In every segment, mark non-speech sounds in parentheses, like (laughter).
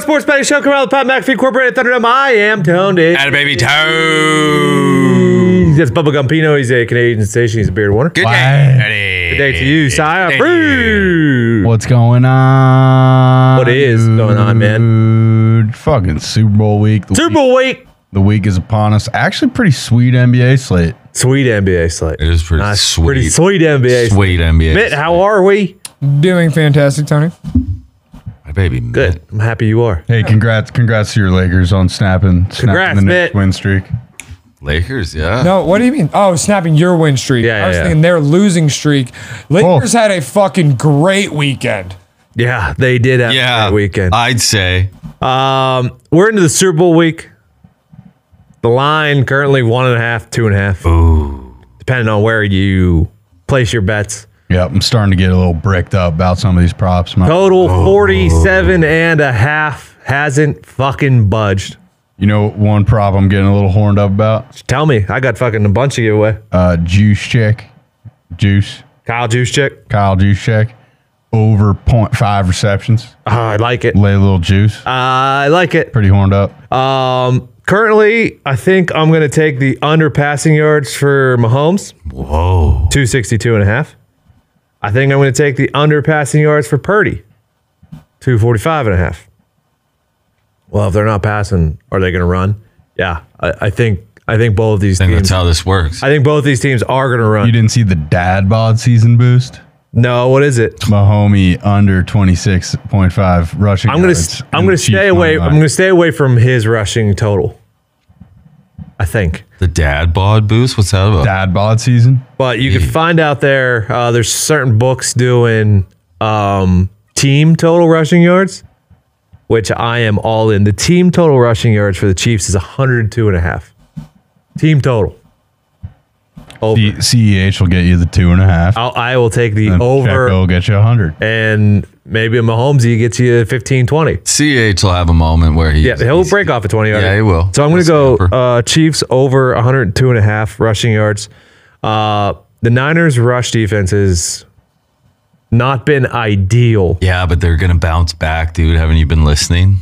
Sports Betting Show, Carmelo Pat McAfee, Incorporated Thunderdome. I am Tony. Atta baby toe. That's Bubba Gumpino. He's a Canadian sensation. He's a beard warner. Good Good day. Why? Ready. day to you, Sire. Good day to you. Brew. What's going on? What is going on, man? Fucking Super Bowl week. The Super Week, Bowl week. the week is upon us. Actually, pretty sweet NBA slate. Sweet NBA slate. It is pretty sweet. Pretty sweet NBA. slate. Sweet NBA. Mitt, how are we? Doing fantastic, Tony. My baby. Mitt. Good. I'm happy you are. Hey, congrats, congrats to your Lakers on snapping, snapping Oh. Congrats, the next Mitt. win streak. Lakers, yeah. No, what do you mean? Oh, snapping your win streak. Yeah, yeah, I was yeah. thinking their losing streak. Lakers had a fucking great weekend. Yeah, they did after Yeah. that weekend. I'd say. Um, we're into the Super Bowl week. The line currently one and a half, two and a half. Depending on where you place your bets. Yep, I'm starting to get a little bricked up about some of these props. My- Total 47 and a half hasn't fucking budged. You know, one prop I'm getting a little horned up about? Tell me, I got fucking a bunch of giveaway. Uh, Juice check, Juice, Kyle Juice check. Kyle Juice check, over 0.5 receptions. Oh, I like it. Uh, Lay a little juice. I like it. Pretty horned up. Um, currently, I think I'm going to take the under passing yards for Mahomes, Whoa. 262 and a half. I think I'm going to take the under passing yards for Purdy, 245 and a half. Well, if they're not passing, are they going to run? Yeah, I, I think I think both of these I think teams. that's how this works. I think both these teams are going to You run. didn't see the dad bod season boost? No, what is it? Mahomey under 26.5 rushing. I'm gonna yards I'm and gonna the Chiefs stay away. money I'm line. gonna stay away from his rushing total. I think, The dad bod boost? What's that about? dad bod season. but you can find out there. Uh, there's certain books doing um, team total rushing yards, which I am all in. The team total rushing yards for the Chiefs is 102 and a half. Team total. Over. The CEH E will get you the two and a half. I'll, I will take the and over, Checo will get you a hundred. and maybe a Mahomesy gets you 15, 20. CH will have a moment where he. Yeah, he'll break off a 20 yard. Yeah, he will. So I'm going That's to go the upper. uh, Chiefs over 102 and a half rushing yards. Uh, the Niners' rush defense has not been ideal. Yeah, but they're gonna bounce back, dude. Haven't you been listening?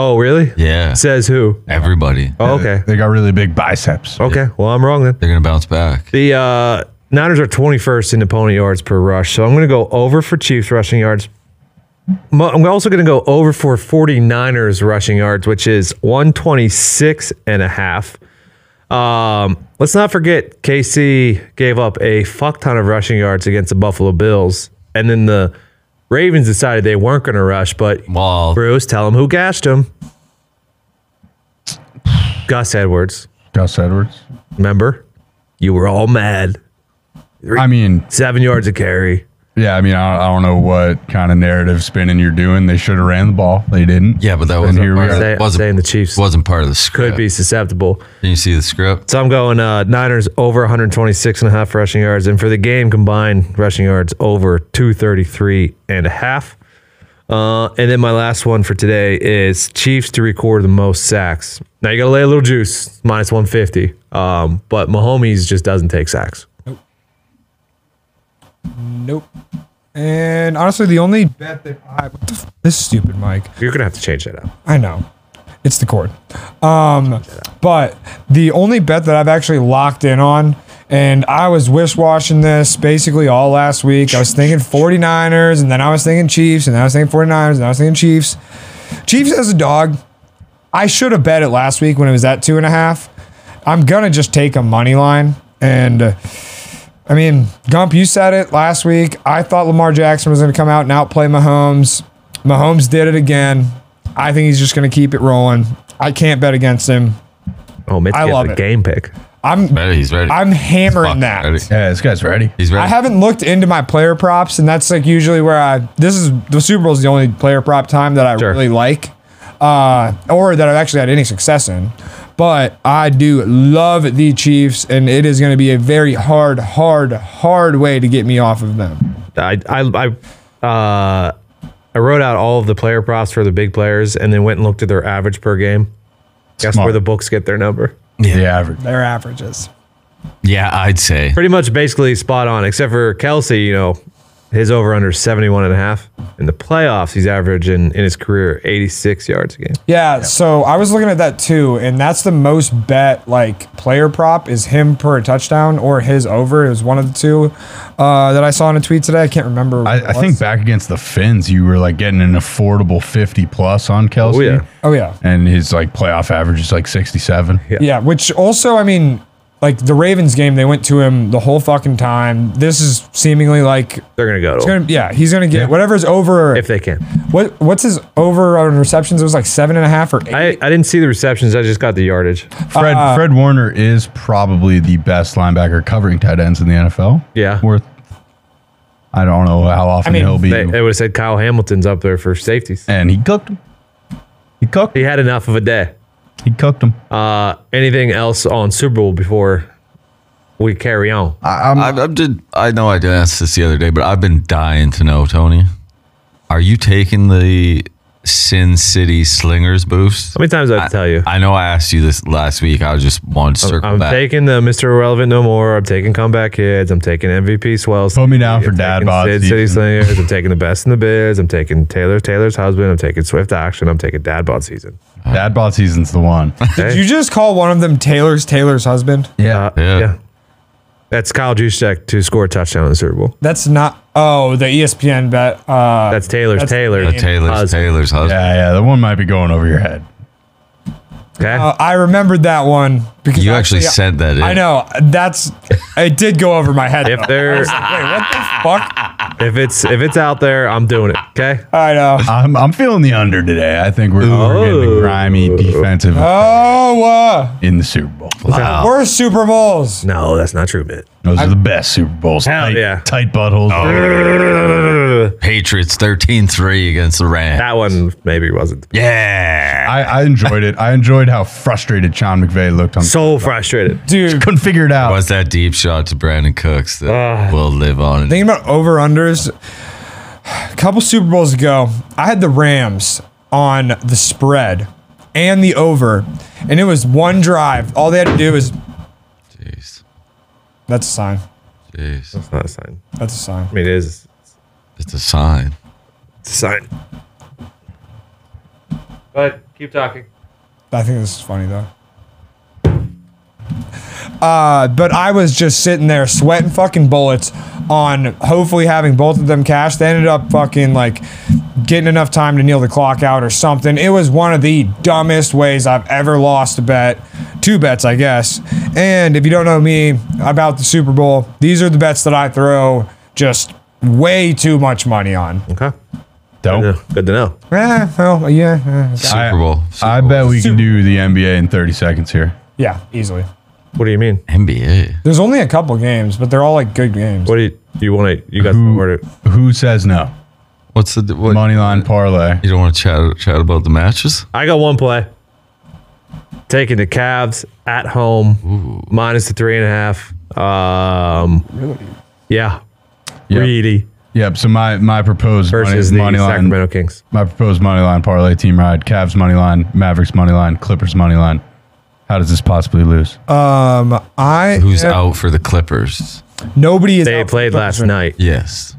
Oh, really? Yeah. Says who? Everybody. Oh, okay. They got really big biceps. Okay. Well, I'm wrong then. They're gonna bounce back. The uh, Niners are 21st in opponent yards per rush. So I'm going to go over for Chiefs rushing yards. Mo- I'm also going to go over for 49ers rushing yards, which is 126 and a half. Um, let's not forget KC gave up a fuck ton of rushing yards against the Buffalo Bills, and then the Ravens decided they weren't going to rush. But Well, Bruce, tell them who gashed him. Gus Edwards, Gus Edwards. remember? You were all mad. I mean, Seven yards a carry. yeah, I mean, I don't, I don't know what kind of narrative spinning you're doing. They should have ran the ball. They didn't. yeah, but that And wasn't here we part of are. Say- the, wasn't, saying the Chiefs wasn't part of the could script. be susceptible. Can you see the script? So I'm going uh, Niners over 126 and a half rushing yards, and for the game combined rushing yards over 233 and a half. Uh, and then my last one for today is Chiefs to record the most sacks. Now you got to lay a little juice, minus 150. Um, but Mahomes just doesn't take sacks. Nope. And honestly, the only bet that I what the f- this stupid mic. You're gonna have to change that out. I know. It's the cord. Um, but the only bet that I've actually locked in on, and I was wish washing this basically all last week. I was thinking 49ers, and then I was thinking Chiefs, and then I was thinking 49ers, and then I was thinking Chiefs. Chiefs as a dog, I should have bet it last week when it was at two and a half. I'm going to just take a money line. And uh, I mean, Gump, you said it last week. I thought Lamar Jackson was going to come out and outplay Mahomes. Mahomes did it again. I think he's just going to keep it rolling. I can't bet against him. Oh, Mitch I getting love a it. game pick. I'm Ready? He's ready. I'm hammering Fuck, that. ready. Yeah, this guy's ready. He's ready. I haven't looked into my player props, and that's like usually where I. This is the Super Bowl is the only player prop time that I Sure. really like, uh, or that I've actually had any success in. But I do love the Chiefs, and it is going to be a very hard, hard, hard way to get me off of them. I I I, uh, I wrote out all of the player props for the big players, and then went and looked at their average per game. Guess Smart. where the books get their number. The average. Their averages. yeah, I'd say. Pretty much, basically spot on, except for Kelsey. You know, his over under 71 and a half. In the playoffs, he's averaging in his career 86 yards a game. Yeah, so I was looking at that too, and that's the most bet like player prop is him per touchdown or his over. It was one of the two uh, that I saw in a tweet today. I can't remember. what I, it I think was. back against the Finns, you were like getting an affordable 50 plus on Kelsey. Oh, yeah. Oh yeah. And his like playoff average is like 67. Yeah. Yeah, which also, I mean, like the Ravens game, they went to him the whole fucking time. This is seemingly like, They're going to go to him gonna, yeah, he's gonna get whatever's over. if they can. what what's his over on receptions? It was like seven and a half or eight. I, I didn't see the receptions. I just got the yardage. Fred Uh, Fred Warner is probably the best linebacker covering tight ends in the NFL. Yeah. Worth I don't know how often mean, he'll be. They, they would have said Kyle Hamilton's up there for safeties. and he cooked him. He cooked He had enough of a day. he cooked him. Uh, anything else on Super Bowl before we carry on? I, I did. I know I did ask this the other day, but I've been dying to know, Tony. Are you taking the Sin City Slingers boost? How many times did I, tell you? I know I asked you this last week. I just wanted to circle I'm back. taking the Mr. Irrelevant No More. I'm taking Comeback Kids. I'm taking MVP Swells. Put me down for I'm dad taking bod Sid season. City (laughs) Slingers. I'm taking the Best in the Biz. I'm taking Taylor Taylor's Husband. I'm taking Swift Action. I'm taking Dad Bod Season. Dad bot season's (laughs) the one. Did you just call one of them Taylor's Taylor's husband? yeah. Uh, Yeah. That's Kyle Juszczyk to score a touchdown in the Super Bowl. That's not. Oh, the ESPN bet. Uh, That's Taylor's That's- Taylor. Uh, Taylor's Husband. Taylor's husband. yeah, yeah. That one might be going over your head. Okay. uh, I remembered that one because You actually sent that in. I know that's. it did go over my head. Uh, if though. they're Wait, what the fuck? if it's if it's out there, I'm doing it. Okay. I know. I'm I'm feeling the under today. I think we're, we're getting the grimy defensive Oh, uh, in the Super Bowl. worst Super Bowls. No, that's not true, bit. Those are the best Super Bowls. Hell tight, yeah. Oh. tight buttholes. Patriots 13-3 against the Rams. That one maybe wasn't. yeah. I, I enjoyed it. I enjoyed how frustrated Sean McVay (laughs) looked on. So frustrated. Dude, couldn't figure it out. Was that deep shot to Brandon Cooks that will live on? thinking about over unders. A couple Super Bowls ago, I had the Rams on the spread and the over, and it was one drive. All they had to do was Jeez. that's a sign. Jeez. It's not a sign. That's a sign. I mean, it is It's a sign. it's a sign. But keep talking. I think this is funny though. Uh, but I was just sitting there sweating fucking bullets on hopefully having both of them cash. They ended up fucking like getting enough time to kneel the clock out or something. It was one of the dumbest ways I've ever lost a bet. Two bets, I guess. And if you don't know me about the Super Bowl, these are the bets that I throw just way too much money on. Okay. Dope. Yeah, good to know. Eh, well, yeah, eh, Super Bowl. Super I Bowl. bet we can do the NBA in 30 seconds here. yeah, easily. What do you mean? NBA. There's only a couple games, but they're all like good games. What do you you want to you guys Who- order? Who says no? What's the what, Money line parlay. You don't want to chat chat about the matches? I got one play. Taking the Cavs at home minus the three and a half. Um, really? Yeah. Yep. Really Yep. So my my proposed versus money, money the line Sacramento Kings. my proposed money line parlay team ride Cavs money line Mavericks money line Clippers money line. How does this possibly lose? Um, I Who's am- out for the Clippers? Nobody is. They out for played the last Clippers. night. Yes.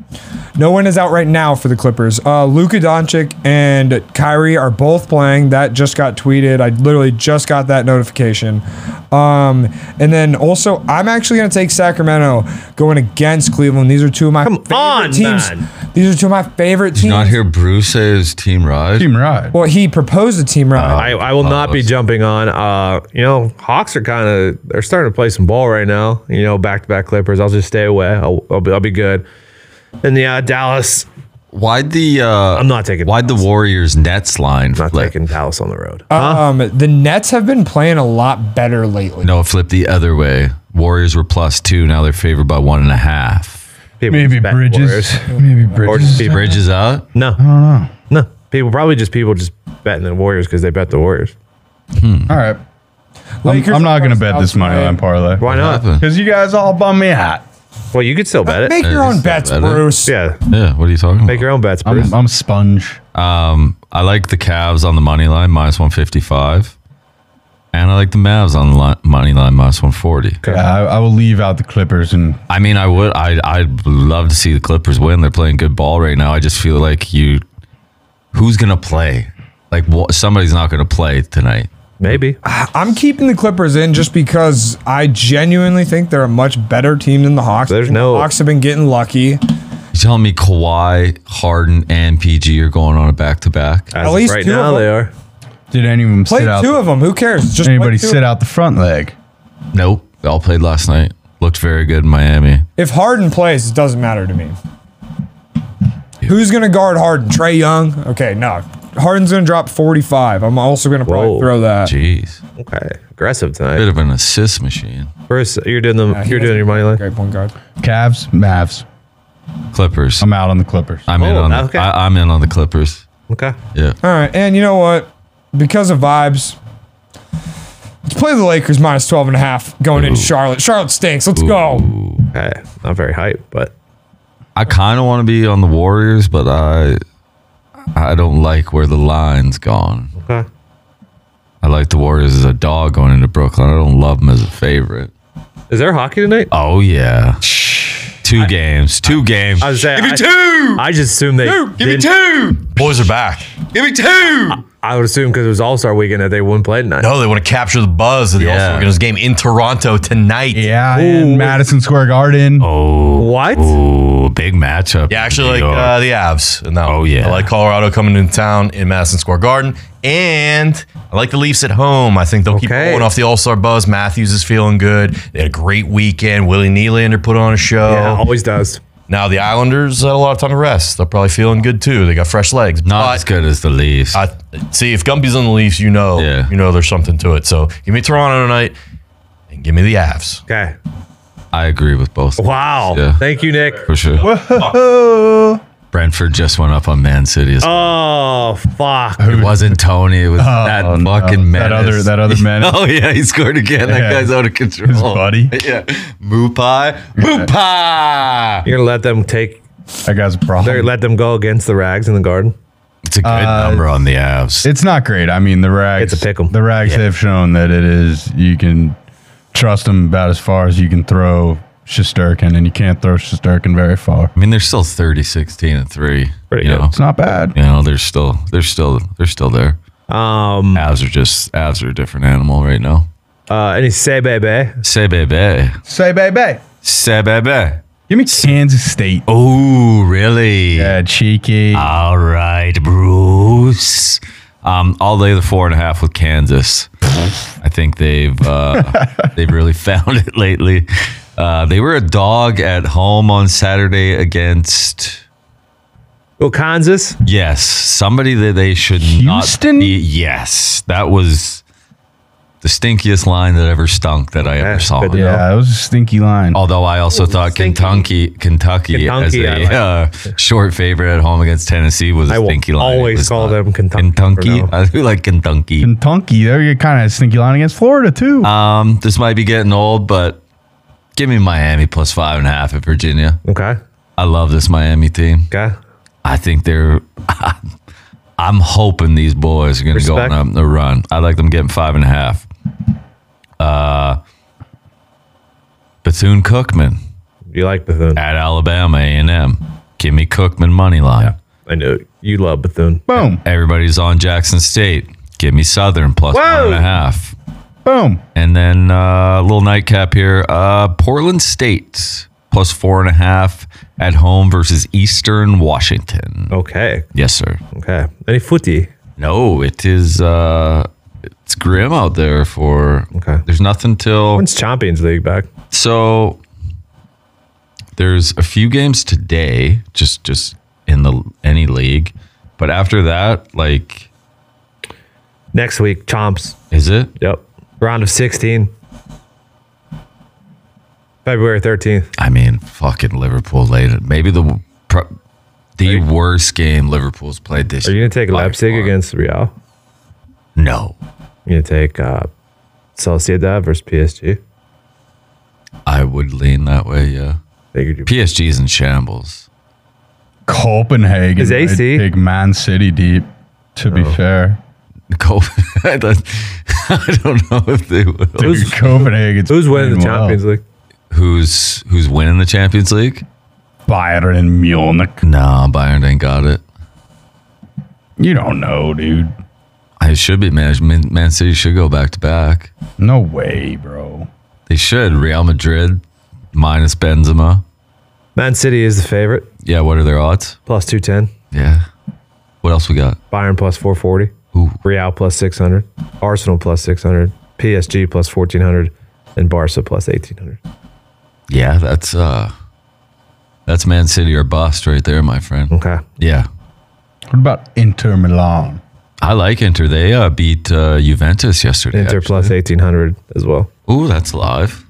No one is out right now for the Clippers. Uh, Luka Doncic and Kyrie are both playing. That just got tweeted. I literally just got that notification. Um, and then also, I'm actually going to take Sacramento going against Cleveland. These are two of my favorite on, teams. man. These are two of my favorite teams. Did you not hear Bruce say his team ride? Team ride. Well, he proposed a team ride. I, I will not be Pause. jumping on. Uh, you know, Hawks are kind of they're starting to play some ball right now. You know, back to back Clippers. I'll just stay away. I'll, I'll, be, I'll be good. And yeah, Dallas. Why'd the uh, I'm not taking. Why'd the Dallas. Warriors Nets line not flip? taking Dallas on the road? um, the Nets have been playing a lot better lately. No, it flipped the other way. Warriors were plus two. Now they're favored by one and a half. People Maybe respect Bridges. Warriors. Maybe Or just (laughs) Bridges. people. Bridges out. No. No. People probably just people just betting the Warriors because they bet the Warriors. All right. I'm, Lakers I'm not are going to bet this money outside. line parlay. Why not? happened? Because you guys all bum me out. Well, you could still bet it. Make your Is own that bets, better? Bruce. Yeah. Yeah. What are you talking Make about? your own bets, Bruce. I'm, I'm sponge. Um, I like the Cavs on the money line minus one fifty five. And I like the Mavs on the line, money line minus 140. Yeah, I, I will leave out the Clippers and I mean, I would. I I'd love to see the Clippers win. They're playing good ball right now. I just feel like you. Who's gonna play? Like wha- somebody's not gonna play tonight. Maybe. I'm keeping the Clippers in just because I genuinely think they're a much better team than the Hawks. There's The no- Hawks have been getting lucky. You telling me Kawhi, Harden, and PG are going on a back to back? As of least right two of now them- they are. did anyone Play sit out? two of them. Who cares? Just play anybody two. sit out the front leg? Nope. They all played last night. Looked very good in Miami. If Harden plays, it doesn't matter to me. Who's gonna guard Harden? Trey Young? Okay, no. Harden's gonna drop 45. I'm also gonna probably Whoa. throw that. Jeez, Okay. Aggressive tonight. bit of an assist machine. First, you're doing the he you're doing doesn't- your money line. Great point guard. Cavs, Mavs. Clippers. I'm out on the Clippers. I'm in Oh, on. The, okay. I, I'm in on the Clippers. Okay. Yeah. All right, and you know what? Because of vibes, let's play the Lakers minus 12 and a half going in Charlotte. Charlotte stinks. Let's go. Okay. Not very hype, but I kind of want to be on the Warriors, but I I don't like where the line's gone. okay. I like the Warriors as a dog going into Brooklyn. I don't love them as a favorite. Is there hockey tonight? Oh yeah, two games, two games. I was saying, I, two. I just assume they didn't- two. Boys are back. Give me two. I would assume because it was All Star Weekend that they wouldn't play tonight. No, Oh, they want to capture the buzz of the Yeah. All-Star Weekend's game in Toronto tonight. Yeah, in Madison Square Garden. What? Oh, big matchup. Yeah, in actually, New like York. uh, the Avs. And that Oh, one. yeah. I like Colorado coming into town in Madison Square Garden. And I like the Leafs at home. I think they'll keep Okay. going off the All Star buzz. Matthews is feeling good. They had a great weekend. Willie Nylander put on a show. Yeah, always does. Now the Islanders had a lot of time to rest. They're probably feeling good too. They got fresh legs. not as good as the Leafs. I see if Gumpy's on the Leafs, you know, Yeah. you know, there's something to it. So give me Toronto tonight, and give me the Avs. Okay. I agree with both. Wow. Yeah. Thank you, Nick. for sure. Brentford just went up on Man City. as- Oh fuck. it wasn't Tony. It was that Oh, no. fucking man. That other- that (laughs) other menace. oh yeah, he scored again. That Yeah. guy's out of control. His buddy. (laughs) Yeah. Mupai. Mupai. You're gonna let them take That guy's a or problem. let them go against the rags in the garden. It's a good number on the Avs. It's not great. I mean, the rags. It's a pick'em. The rags have shown that it is. You can trust them about as far as you can throw Shosturkin, and you can't throw Shosturkin very far. I mean, they're still 30, 16, and three. Pretty you good. Know? It's not bad. You know, they're still, they're still, they're still there. Um Avs are just, Avs are a different animal right now. uh any say baby. Say bebe. Say, baby, Say bebe. give me Kansas State. Oh, really? Yeah, cheeky. Ah, All right, Bruce. Um, I'll lay the four and a half with Kansas. I think they've (laughs) uh, they've really found it lately. Uh, they were a dog at home on Saturday against Oh Kansas. yes somebody that they should Houston? not be. Yes, that was the stinkiest line that ever stunk that I Yeah, Ah. ever saw. good to know. yeah, it was a stinky line. Although I also thought uh, Oh, stinky. Kentucky, Kentucky, as Kentucky, I a like. (laughs) uh, short favorite at home against Tennessee was a I will stinky line. It always was call not- them Kentucky Kentucky, for now. I do like Kentucky. Kentucky, they were kind of a stinky line against Florida too. Ah. Um, this might be getting old, but give me Miami plus five and a half at Virginia. Okay. I love this Miami team. Okay. I think they're. (laughs) I'm hoping these boys are going to go Respect. on a, a run. I like them getting five and a half. Uh, Bethune Cookman You like Bethune. at Alabama A and M. Give me Cookman money line. I know you love Bethune. boom, Everybody's on Jackson State. Give me Southern plus Whoa. one and a half. boom. And then uh, a little nightcap here. Uh, Portland State plus four and a half at home versus Eastern Washington. Okay. Yes, sir. Okay. Any footy? No, it is. Uh, it's grim out there for. Okay. There's nothing till When's Champions League back? so. There's a few games today, just just in the any league, but after that, like, Next week, Chomps. is it? Yep. Round of 16. February 13th. I mean, fucking Liverpool later. Maybe the pro- the worst game Liverpool's played this Are you year. going to take by Leipzig far. against Real? No. You're going to take uh, Sociedad versus PSG? I would lean that way, yeah. Figured you PSG's in shambles. Copenhagen. Is AC? Oh. I'd Take Man City deep. To be fair, Cope- (laughs) I thought- I don't know if they will. Dude, Copenhagen's Who's winning the playing well. Champions League? Who's who's winning the Champions League? Bayern and Munich. Nah, Bayern ain't got it. You don't know, dude. I should be man. Man Man City should go back to back. No way, bro. They should. Real Madrid minus Benzema. Man City is the favorite, Yeah, what are their odds? plus 210. Yeah. What else we got? Bayern plus 440. Ooh. Real plus 600. Arsenal plus 600. PSG plus 1400. And Barca plus 1800. Yeah, that's uh that's Man City or bust right there, my friend. Okay. Yeah. What about Inter Milan? I like Inter. They uh, beat uh, Juventus yesterday. Inter actually. plus 1800 as well. Ooh, that's live. (laughs)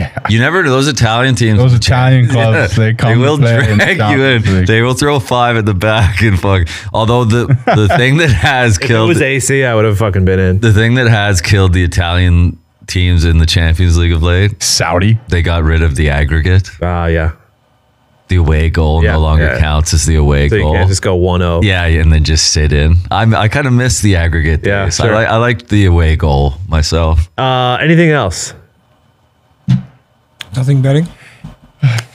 Yeah. You never those Italian teams. (laughs) Those Italian clubs, they they come will to play drag stop you in. the league. They will throw five at the back and fuck. Although the (laughs) the thing that has If it killed was AC, I would have fucking been in. the thing that has killed the Italian teams in the Champions League of late, Saudi. they got rid of the aggregate. Ah, yeah. The away goal Yeah, no longer yeah. counts as the away So you goal. can't just go oh. 1 0. Yeah, and then just sit in. I'm, I kind of miss the aggregate. Yeah, days. sure. I like I liked the away goal myself. Uh, anything else? Nothing betting.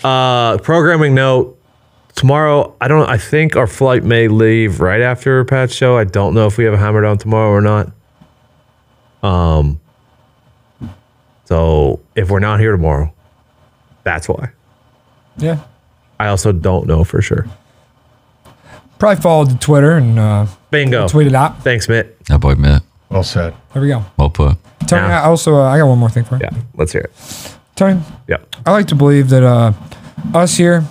Uh, programming note. Tomorrow, I don't. I think our flight may leave right after Pat's show. I don't know if we have a hammered on tomorrow or not. Um. So if we're not here tomorrow, that's why. Yeah. I also don't know for sure. Probably followed the Twitter and uh, Bingo. tweeted out. Thanks, Mitt. That boy Mitt, Well said. There we go. well put. Tony, Yeah. I also uh, I got one more thing for you. Yeah, let's hear it. Tony, Yeah. I like to believe that uh, us here,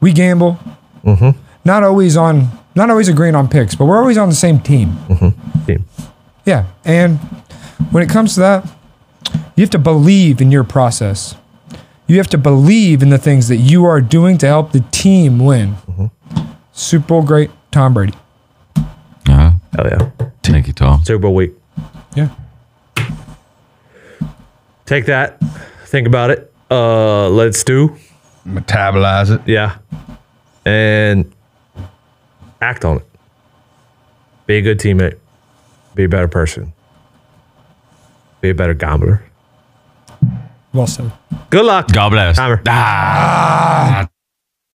we gamble. Mm-hmm. Not always on, not always agreeing on picks, but we're always on the same team. Mm-hmm. Team. Yeah, and when it comes to that, you have to believe in your process. You have to believe in the things that you are doing to help the team win. Mm-hmm. Super Bowl great Tom Brady. Uh, Hell yeah. thank you, Tom. Super Bowl week. Yeah. Take that. Think about it. Uh, let's do. Metabolize it. Yeah. And act on it. Be a good teammate. Be a better person. Be a better gambler. Well said. Good luck. God bless. Hammer. Ah,